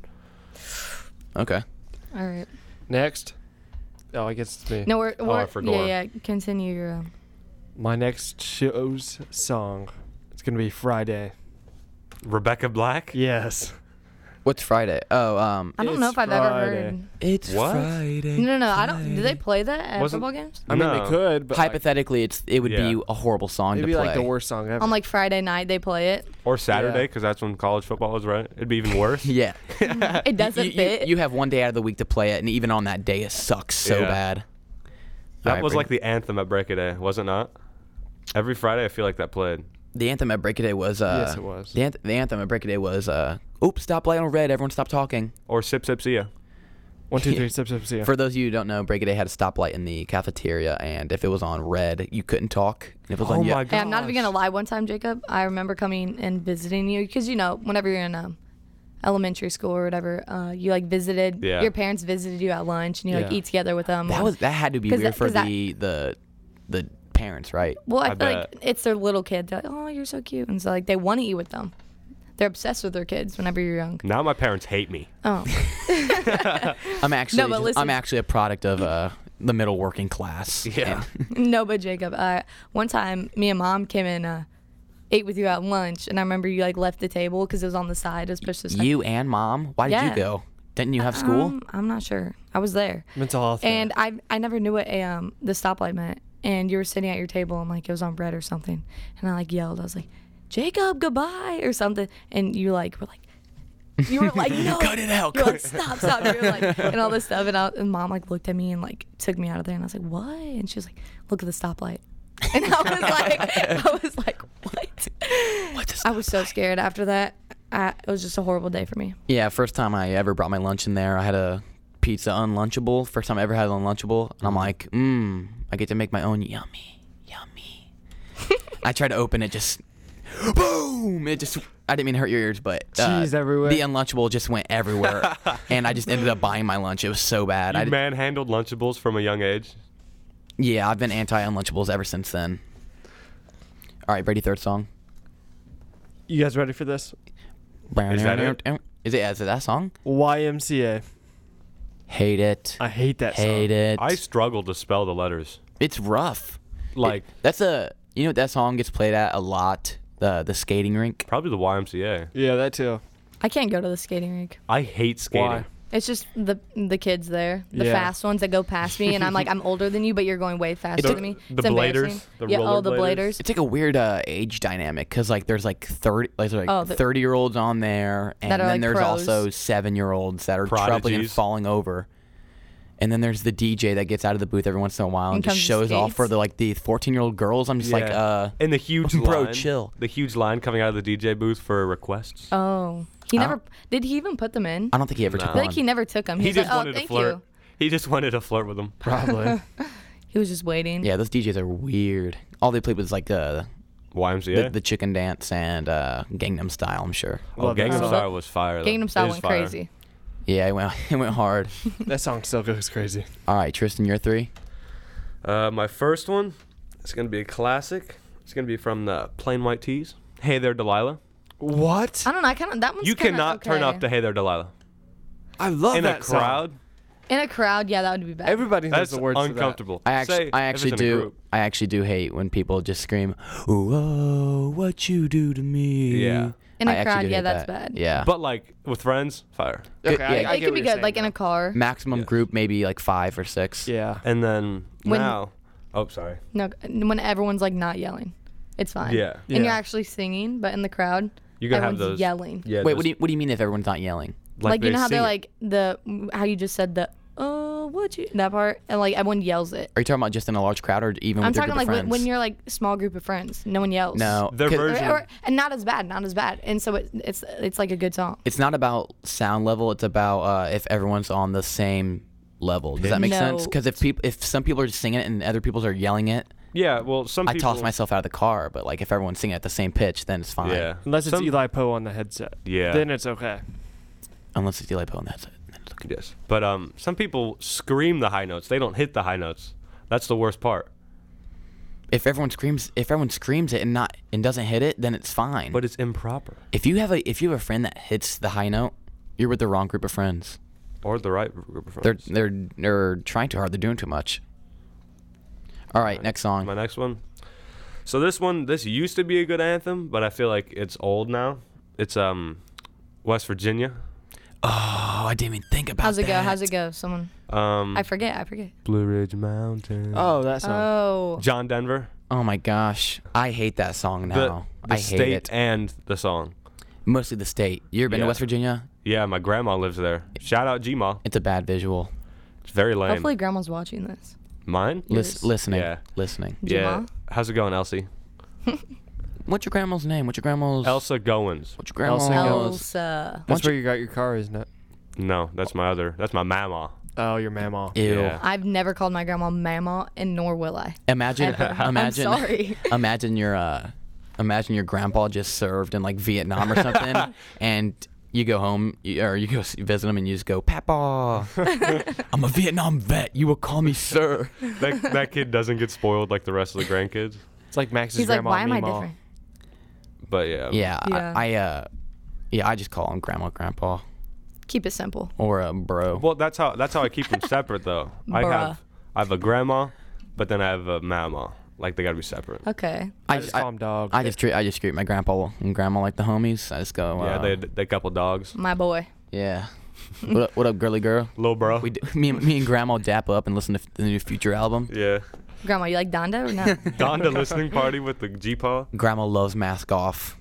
Okay. All right. next. Oh, I guess it's me. No, we're, Oh, we're I forgot. yeah, yeah. Continue your. Um, My next show's song. It's gonna be Friday. Rebecca Black? Yes. What's Friday? Oh, um, I don't know It's if I've ever heard. Friday. it's What? Friday. No, no, no. I don't. Do they play that at Wasn't- football games? I mean, No. they could, but like, Hypothetically, it's it would Yeah. be a horrible song it'd to be play. like the worst song ever. On like Friday night, they play it. Or Saturday, because that's when college football is, right? It'd be even (laughs) worse. Yeah. It doesn't you, you- fit. you have one day out of the week to play it, and even on that day, it sucks so Yeah. bad. That Alright, was bring- like the anthem at Break a Day, was it not? Every Friday, I feel like that played. The anthem at Break a Day was. Uh, Yes, it was. The, anth- the anthem at Break a Day was. Uh, Oops! Stop light on red. Everyone stop talking. Or Sip Sip See Ya. One, two, three, step, step, step. For those of you who don't know, Break a Day had a stoplight in the cafeteria, and if it was on red, you couldn't talk. And if it was Oh on ye- Hey, I'm not even gonna lie. One time, Jacob, I remember coming and visiting you because you know, whenever you're in um, elementary school or whatever, uh, you like visited Yeah. your parents visited you at lunch and you like Yeah. eat together with them. that or- was that had to be 'Cause weird that- for 'cause that- the the the parents, right? well, I, I feel like it's their little kid. They're like, oh, you're so cute, and so like they want to eat with them. They're obsessed with their kids whenever you're (laughs) young. Now my parents hate me. Oh, (laughs) I'm actually but listen- I'm actually a product of uh, the middle working (laughs) class. Yeah. And- no, but Jacob, uh, one time me and mom came in. Uh, Ate with you at lunch, and I remember you like left the table because it was on the side. It was pushed aside. you and mom, why did Yeah. you go? Didn't you have school? Um, I'm not sure. I was there. Mental health. day. And I I never knew what a, um the stoplight meant. And you were sitting at your table and like it was on red or something. And I like yelled. I was like, Jacob, goodbye or something. And you like were like, you were (laughs) like, no, Cut it out, You were cut like, stop, stop. You (laughs) were like, and all this stuff. And, I, and mom like looked at me and like took me out of there. And I was like, what? And she was like, look at the stoplight. (laughs) And I was like, I was like, what? What's I was so scared after that. I, it was just a horrible day for me. Yeah, first time I ever brought my lunch in there, I had a pizza unlunchable. First time I ever had an unlunchable, and Mm-hmm. I'm like, mmm, I get to make my own yummy, yummy. I tried to open it, just boom! It just I didn't mean to hurt your ears, but uh, Cheese everywhere. The unlunchable just went (laughs) everywhere, and I just ended up buying my lunch. It was so bad. I You did- manhandled Lunchables from a young age. yeah, I've been anti-unlunchables ever since then. All right, Brady, third song. you guys ready for this? Is that it? Is it? Is it that song? YMCA. Hate it. I hate that song. hate it. I struggle to spell the letters. It's rough. Like That's a you know that song gets played at a lot. The the skating rink. probably the YMCA. Yeah, that too. (laughs) I can't go to the skating rink. I hate skating. Why? It's just the the kids there, the Yeah. fast ones that go past me, and I'm like, I'm older than you, but you're going (laughs) way faster The- than me. the It's bladers, embarrassing. the yeah, oh, the rollerbladers. bladers. It's like a weird uh, age dynamic because like there's like thirty like, there's, like Oh, the- thirty year olds on there, and That are, then like, there's pros. also seven year olds that are troubling and Prodigies. falling over. And then there's the DJ that gets out of the booth every once in a while and, And just comes and shows off for skates. the like the fourteen year old girls. I'm just like, Yeah. uh, and the huge (laughs) Bro, line, chill. The huge line coming out of the DJ booth for requests. Oh, he I never. don't- Did he even put them in? I don't think he ever No. took I one. think he never took them. he He's just like, oh, wanted to thank flirt. you. He just wanted to flirt with them. (laughs) (laughs) Probably. He was just waiting. yeah, those DJs are weird. All they played was like uh, YMCA. the, the chicken dance and uh, Gangnam Style. I'm sure. oh, Love that Gangnam song. Style was fire. though. Gangnam It Style is went fire. crazy. Yeah, it went (laughs) it went hard. that song still goes crazy. All right, Tristan, you're three. Uh, my first one is going to be a classic. It's going to be from the Plain White Tees. Hey there, Delilah. What? I don't know. I kind of that one's you kinda cannot turn okay. off the Hey there, Delilah. I love In a that song. crowd, in a crowd. Yeah, that would be bad. Everybody knows that's the words to that. uncomfortable. I actually, Say I if actually it's in a do, group. I actually do hate when people just scream, "Whoa, what you do to me?" Yeah. In a I actually crowd, do yeah, hate that's that. bad. Yeah, But like with friends, fire. Okay, Yeah, I, yeah. I it could get what be you're good, saying like in now. a car. maximum group maybe like five or six. Yeah. And then When- now, oh sorry, No, when everyone's like not yelling, it's fine. Yeah. Yeah. And you're actually singing, but in the crowd, you're gonna have everyone's those yelling. Yeah. Wait, what do you what do you mean if everyone's not yelling? Like, you know how they're sing it. like the how you just said the oh what you that part and like everyone yells it. Are you talking about just in a large crowd or even I'm with your talking group of like when, friends? when you're like small group of friends, no one yells. no, Their 'cause version- Or, or- and not as bad, not as bad. And so it, it's it's like a good song. It's not about sound level. It's about uh, if everyone's on the same level. Does that make No. sense? Because if people if some people are just singing it and other people's are yelling it, Yeah. Well, some I people. toss myself out of the car. But like if everyone's singing at the same pitch, then it's fine. Yeah. Unless it's Some- Eli Poe on the headset. Yeah. Then it's okay. Unless it's Eli Poe, and that's it. Then it's okay. Yes. But um, some people scream the high notes. They don't hit the high notes. That's the worst part. If everyone screams, if everyone screams it and not and doesn't hit it, then it's fine. But it's improper. if you have a if you have a friend that hits the high note, you're with the wrong group of friends. Or the right group of They're friends. they're they're trying too hard. They're doing too much. All right, next My song. next one. So this one, this used to be a good anthem, but I feel like it's old now. It's um, West Virginia. Oh, I didn't even think about How's it go? that. Hmm. How's it go? Someone Um, I forget, I forget. Blue Ridge Mountain. Oh, that song. Oh. John Denver. Oh my gosh, I hate that song The, now. the I state hate it. and the song. Mostly the state. You ever been to Yeah. West Virginia? Yeah, my grandma lives there. Shout out Gma. It's a bad visual. It's very lame. Hopefully grandma's watching this. Mine. Lis- Yours. listening, Yeah. listening. Yeah. Gma? How's it going, Elsie? What's your grandma's name? What's your grandma's? Elsa Goins. What's your Elsa grandma's? Elsa. That's where you got your car, isn't it? No, that's my other. That's my mama. Oh, your mama. Ew. Yeah. I've never called my grandma mama and nor will I. Imagine, Ever. imagine, (laughs) I'm sorry. imagine your, uh, imagine your grandpa just served in like Vietnam or something, (laughs) and you go home you, or you go s- visit him and you just go, (laughs) "Papa, I'm a Vietnam vet. You will call me sir." that, (laughs) that kid doesn't get spoiled like the rest of the grandkids. It's like Max's He's like, grandma. why am I Meemaw. different? But yeah. Yeah, Yeah. I, I, uh, yeah, I just call him grandma, grandpa, Keep it simple. or a bro. Well, that's how that's how I keep them separate though. I Bruh. have I have a grandma, but then I have a mama. Like they gotta be separate. Okay. I just call him dog. I just treat I just treat my grandpa and grandma like the homies. I just go. Yeah, uh, they they couple dogs. My boy. (laughs) Yeah. what, up, what up, girly girl? Lil bro. We d- me, and- me and Grandma dap up and listen to f- the new Future (laughs) album. yeah. Grandma, you like Donda or no? Donda listening party with the G Paw. Grandma loves mask (laughs) off.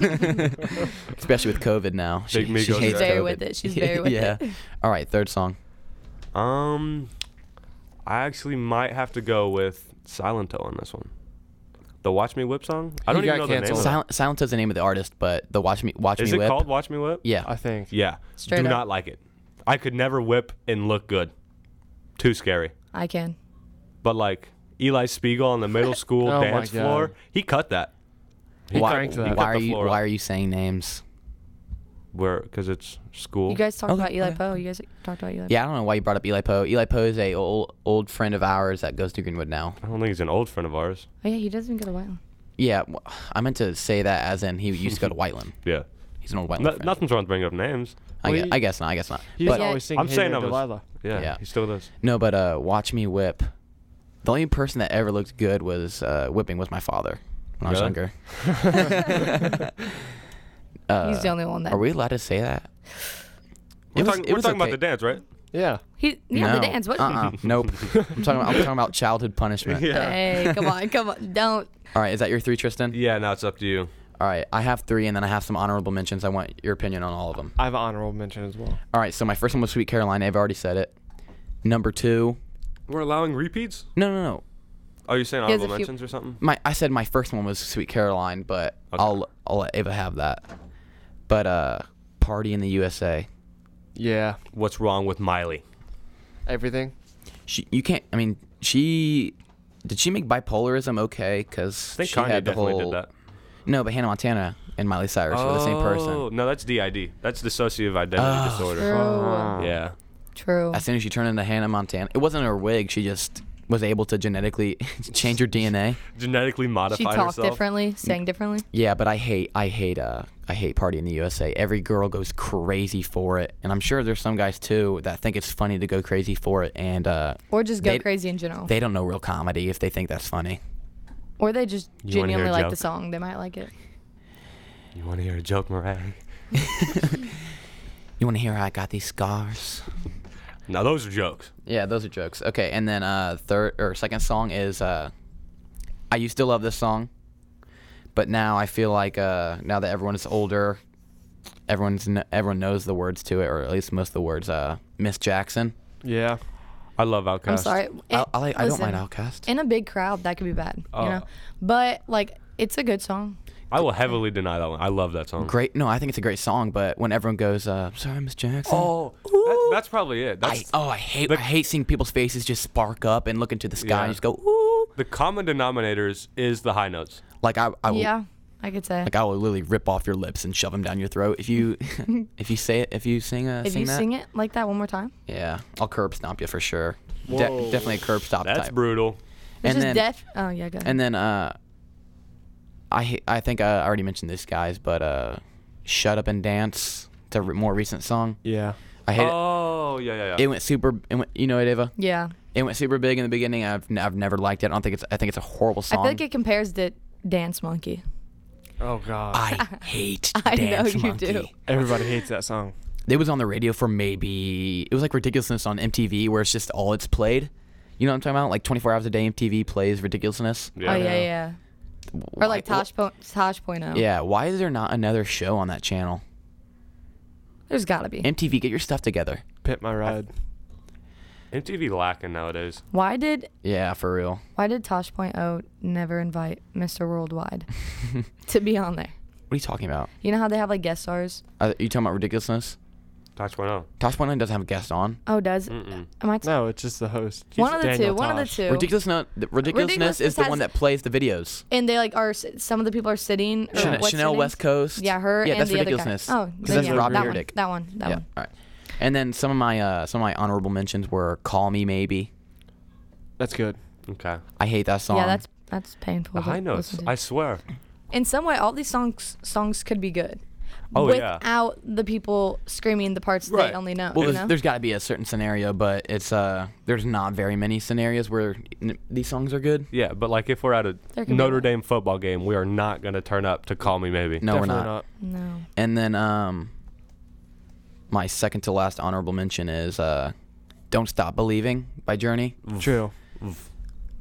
(laughs) Especially with COVID now. She, Big she Migos hates rap. Very COVID. with (laughs) it. She's very with yeah. it. All right, third song. Um, I actually might have to go with Silent Silento on this one. The Watch Me Whip song. I He don't even got know canceled. the name. of Silent, Silence is the name of the artist, but the Watch Me Watch it. Is Me it Whip. called Watch Me Whip? Yeah. I think. Yeah. Straight Do up. not like it. I could never whip and look good. Too scary. I can. But like Eli Spiegel on the middle school Oh my dance God. floor, he cut that. He why, cranked that. why Cut are the you floor Why up. are you saying names? Where because it's school. You guys talked Okay, about Eli okay. Poe. You guys talked about Eli. Yeah, I don't know why you brought up Eli Poe. Eli Poe is a old old friend of ours that goes to Greenwood now. I don't think he's an old friend of ours. Oh yeah, he doesn't even go to Whiteland. Yeah, w- I meant to say that as in he used to (laughs) go to Whiteland. Yeah. He's an old Whiteland No- friend. nothing's wrong with bringing up names. I, Well, guess, he- I guess not. I guess not. He But was Yeah. always singing I'm saying Hey I There, was. Delilah. Yeah, Yeah. He still does. no, but uh, watch me whip. The only person that ever looked good was uh, whipping was my father when I was Really? (laughs) younger. (laughs) He's the only one that. Uh, Are we allowed to say that? We're It was- talking, it we're was talking okay. about the dance, right? Yeah. He, yeah, No. the dance. What? (laughs) Uh-uh. nope. I'm talking. About, I'm talking about childhood punishment. (laughs) Hey, come on, come (laughs) on, don't. All right. Is that your three, Tristan? Yeah, now it's up to you. All right. I have three, and then I have some honorable mentions. I want your opinion on all of them. I have an honorable mention as well. All right. So my first one was Sweet Caroline. I've already said it. Number two. We're allowing repeats? No, no, no. Are you saying He has honorable a few- mentions or something? My I said my first one was Sweet Caroline, but Okay. I'll I'll let Ava have that. But uh, Party in the USA. Yeah. What's wrong with Miley? Everything. She you can't. I mean, she did she make bipolarism okay? Because I think she Kanye had the definitely whole did that. no, but Hannah Montana and Miley Cyrus were the Oh. same person. No, that's DID. That's dissociative identity Oh. disorder. True. Yeah. True. As soon as she turned into Hannah Montana, it wasn't her wig. She just was able to genetically (laughs) change her DNA. Genetically She modified talked herself. differently, sang differently. Yeah, but I hate I hate uh I hate Party in the USA. Every girl goes crazy for it, and I'm sure there's some guys too that think it's funny to go crazy for it, and uh, Or just go They- crazy in general. they don't know real comedy if they think that's funny. or they just You wanna hear genuinely a like joke? the song. They might like it. You want to hear a joke, Mariah? You want to hear how I got these scars? Now those are jokes. Yeah, those are jokes. Okay, and then uh, third or second song is uh, I used to love this song, but now I feel like uh, now that everyone is older, everyone's kn- everyone knows the words to it, or at least most of the words. Uh, Miss Jackson. Yeah. I love Outkast. I'm sorry. I, It- I, like, I don't mind listen, Outkast. In a big crowd, that could be bad. Oh. You know, but like it's a good song. I will heavily deny that one. I love that song. Great. No, I think it's a great song, but when everyone goes, uh, "Sorry, Miss Jackson." Oh, that, that's probably it. I, That's oh, I hate the- I hate seeing people's faces just spark up and look into the sky Yeah. and just go ooh. the common denominators is the high notes. Like I, I will, Yeah, I could say. Oh. like I will literally rip off your lips and shove them down your throat if (laughs) you if you say it if you sing a if sing you that. sing it like that one more time, Yeah, I'll curb stomp you for sure. De- Whoa. definitely a curb stomp That's type. brutal. And it's just then- death. Oh yeah, go. ahead. and then uh, I h- I think I already mentioned this guys, but uh, shut up and dance. It's a re- more recent song. Yeah. I hate oh, yeah, yeah, it. yeah. It went super. It went, you know it, Ava. yeah, It went super big in the beginning. I've n- I've never liked it. I don't think it's. I think it's a horrible I song. feel like it compares to Dance Monkey. Oh God. (laughs) I hate I know Dance you Monkey. do. Everybody hates that song. It was on the radio for maybe it was like ridiculousness on MTV, where it's just all it's played. You know what I'm talking about? Like 24 hours a day, MTV plays ridiculousness. Oh yeah, yeah. Or like Why- Tosh po- Tosh Point oh. Yeah, why is there not another show on that channel? there's gotta be. MTV, get your stuff together. Pit my ride. MTV lacking nowadays. Why did Yeah, for real. (laughs) Why did Tosh Point oh never invite Mr. Worldwide (laughs) to be on there? What are you talking about? Uh, You know how they have like guest stars? Are you talking about ridiculousness? Touch one out. Tosh Point Nine doesn't have a guest on. Oh, does Mm-mm. am I? T- No, it's just the host. one of He's the Daniel two. One of the Tosh. two. Ridiculous, no, the ridiculousness is the has- one that plays the videos. and they like are s- some of the people are sitting. Or Chanel, what's her Chanel name? West Coast. Yeah, her Yeah, and that's the ridiculousness. other guy. Oh, 'Cause then that's yeah, Robbie that Dyrdek. one. That one. That yeah. one. All right. And then some of my uh, some of my honorable mentions were "Call Me Maybe." That's good. Okay. I hate that song. Yeah, that's that's painful. The to high notes. listen to. I swear. In some way, all these songs songs could be good. Oh, yeah. Without the people screaming the parts Right. they only know. well, you there's, know? there's got to be a certain scenario, but it's uh, there's not very many scenarios where n- these songs are good. Yeah, but like if we're at a There could be Notre that. Dame football game, we are not going to turn up to call me maybe. No, Definitely we're not. not. no. And then um, my second to last honorable mention is uh, "Don't Stop Believing" by Journey. True.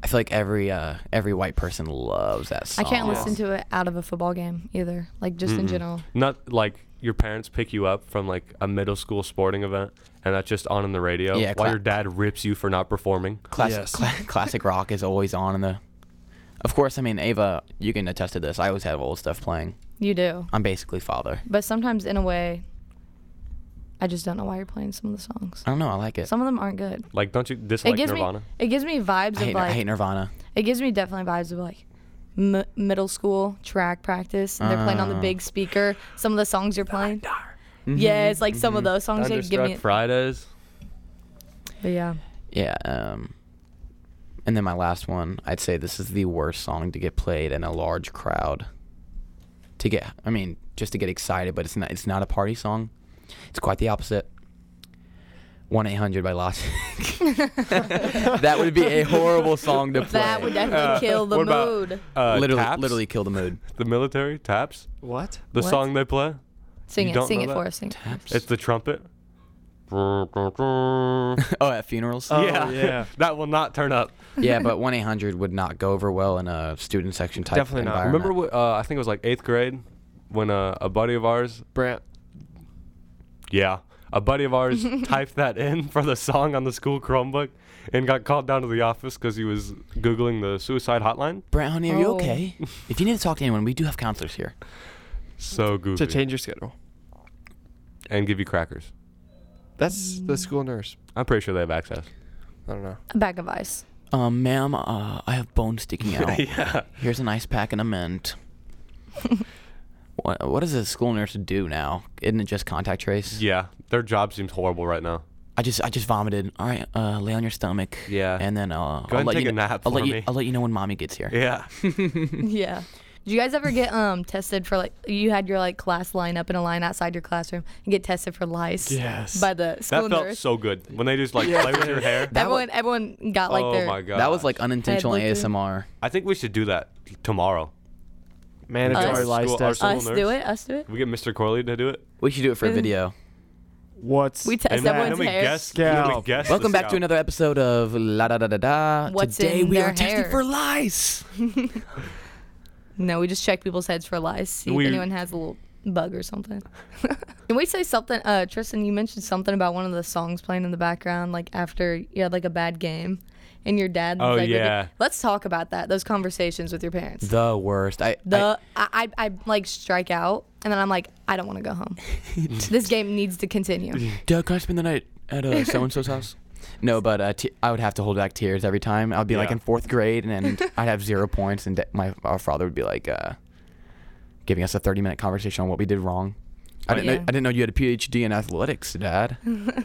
I feel like every uh, every white person loves that I song. can't listen to it out of a football game either. Like just Mm-hmm. in general. Not like your parents pick you up from like a middle school sporting event and that's just on in the radio Yeah, while cla- your dad rips you for not performing. Class- Yes. cla- (laughs) classic rock is always on in the. Of course, I mean Ava, you can attest to this. I always have old stuff playing. You do. I'm basically father. But sometimes in a way I just don't know why you're playing some of the songs. I don't know. I like it. Some of them aren't good. Like don't you It dislike gives Nirvana? me it gives me vibes I hate, of like I hate Nirvana. it gives me definitely vibes of like m- middle school track practice and they're playing on the Ah. big speaker some of the songs you're playing Mm-hmm. yeah it's like some of Mm-hmm. those songs that give Thunderstruck me Fridays. but yeah Yeah. Um, and then my last one, I'd say this is the worst song to get played in a large crowd. To get, I mean, just to get excited, but it's not. It's not a party song. It's quite the opposite. One eight hundred by Logic. (laughs) that would be a horrible song to play. that would definitely (laughs) kill the what about- mood Uh, literally, Taps? literally kill the mood. (laughs) the military taps. What? The What? song they play. sing you it don't sing know it that? for us sing it for us. It's the (laughs) trumpet. Oh, at funerals. Oh, yeah, yeah. (laughs) that will not turn up. yeah, but one eight hundred would not go over well in a student section type. Definitely not. environment. Remember what? Uh, I think it was like eighth grade when uh, a buddy of ours. Brant. Yeah. A buddy of ours (laughs) typed that in for the song on the school Chromebook and got called down to the office because he was Googling the suicide hotline. (laughs) Brent, honey, are you Oh. okay? if you need to talk to anyone, we do have counselors here. So To goofy. change your schedule. and give you crackers. That's the school nurse. I'm pretty sure they have access. I don't know. a bag of ice Um, ma'am, uh, I have bone sticking out. (laughs) (laughs) yeah. Here's an ice pack and a (laughs) mint. what, what does a school nurse do now? Isn't it just contact trace? Yeah. Their job seems horrible right now. I just I just vomited. All right, uh, lay on your stomach. Yeah. And then uh, Go ahead I'll and let take you a kn- nap I'll let for you me. I'll let you know when mommy gets here. Yeah. yeah did you guys ever get um tested for like you had your like class line up in a line outside your classroom and get tested for lice Yes. (laughs) by the school That felt nurse so good when they just like play with your hair. That wa- everyone everyone got like oh their my god. That was like unintentional I'd look through. ASMR. I think we should do that tomorrow. Mandatory Us. lice School- test. our us school do nurse. it us do it We get Mr. Corley to do it. We should do it for a Mm. video. What's we test And then everyone's we hair guess. then we Scalp. guess the Welcome back to scalp. another episode of La Da Da Da Da. What's Today in we their are testing hair? for lice. No, we just check people's heads for lice, see We- if anyone has a little bug or something. (laughs) Can we say something? Uh, Tristan, you mentioned something about one of the songs playing in the background, like after you had like a bad game, and your dad. Oh, like, yeah. Let's talk about that. Those conversations with your parents. The worst. I, I The I, I I like strike out, and then I'm like, I don't want to go (laughs) home. (laughs) this game needs to continue. Dad, can I spend the night at uh, so and so's house? No, but uh, te- I would have to hold back tears every time. I'd be like Yeah. in fourth grade, and then I'd have zero points, and da- my our father would be like uh, giving us a thirty minute conversation on what we did wrong. I didn't Yeah. know I didn't know you had a PhD in athletics, Dad.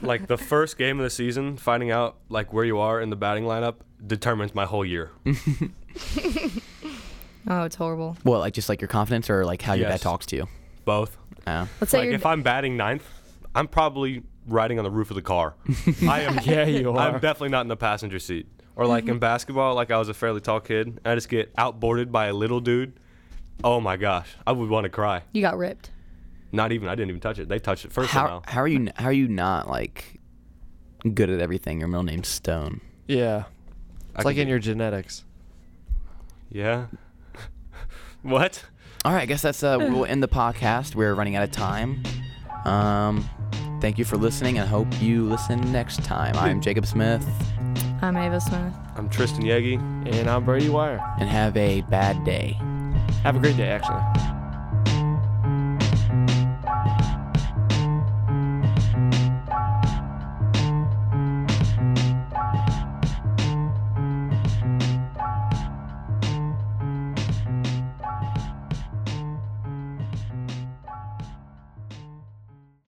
like the first game of the season, finding out like where you are in the batting lineup determines my whole year. Mm. Oh, it's horrible. well, like just like your confidence, or like how your dad Yes. talks to you. Both. Uh, Let's say Like your if I'm batting ninth, I'm probably riding on the roof of (laughs) the car. I am. (laughs) (laughs) Yeah, you I'm are. definitely not in the passenger seat. Or like (laughs) in basketball, like I was a fairly tall kid, and I just get outboarded by a little dude. Oh my gosh, I would want to cry. you got ripped. Not even. I didn't even touch it. They touched it first. how somehow. how are you n- how are you not like good at everything? Your middle name's Stone. yeah. I It's like could in be- your genetics. Yeah. (laughs) what? All right, I guess that's uh, we'll end the podcast. We're running out of time. Um, thank you for listening, and hope you listen next time. I'm Jacob Smith, I'm Ava Smith. I'm Tristan Yegi. And I'm Brady Wire. and have a bad day. Have a great day, actually.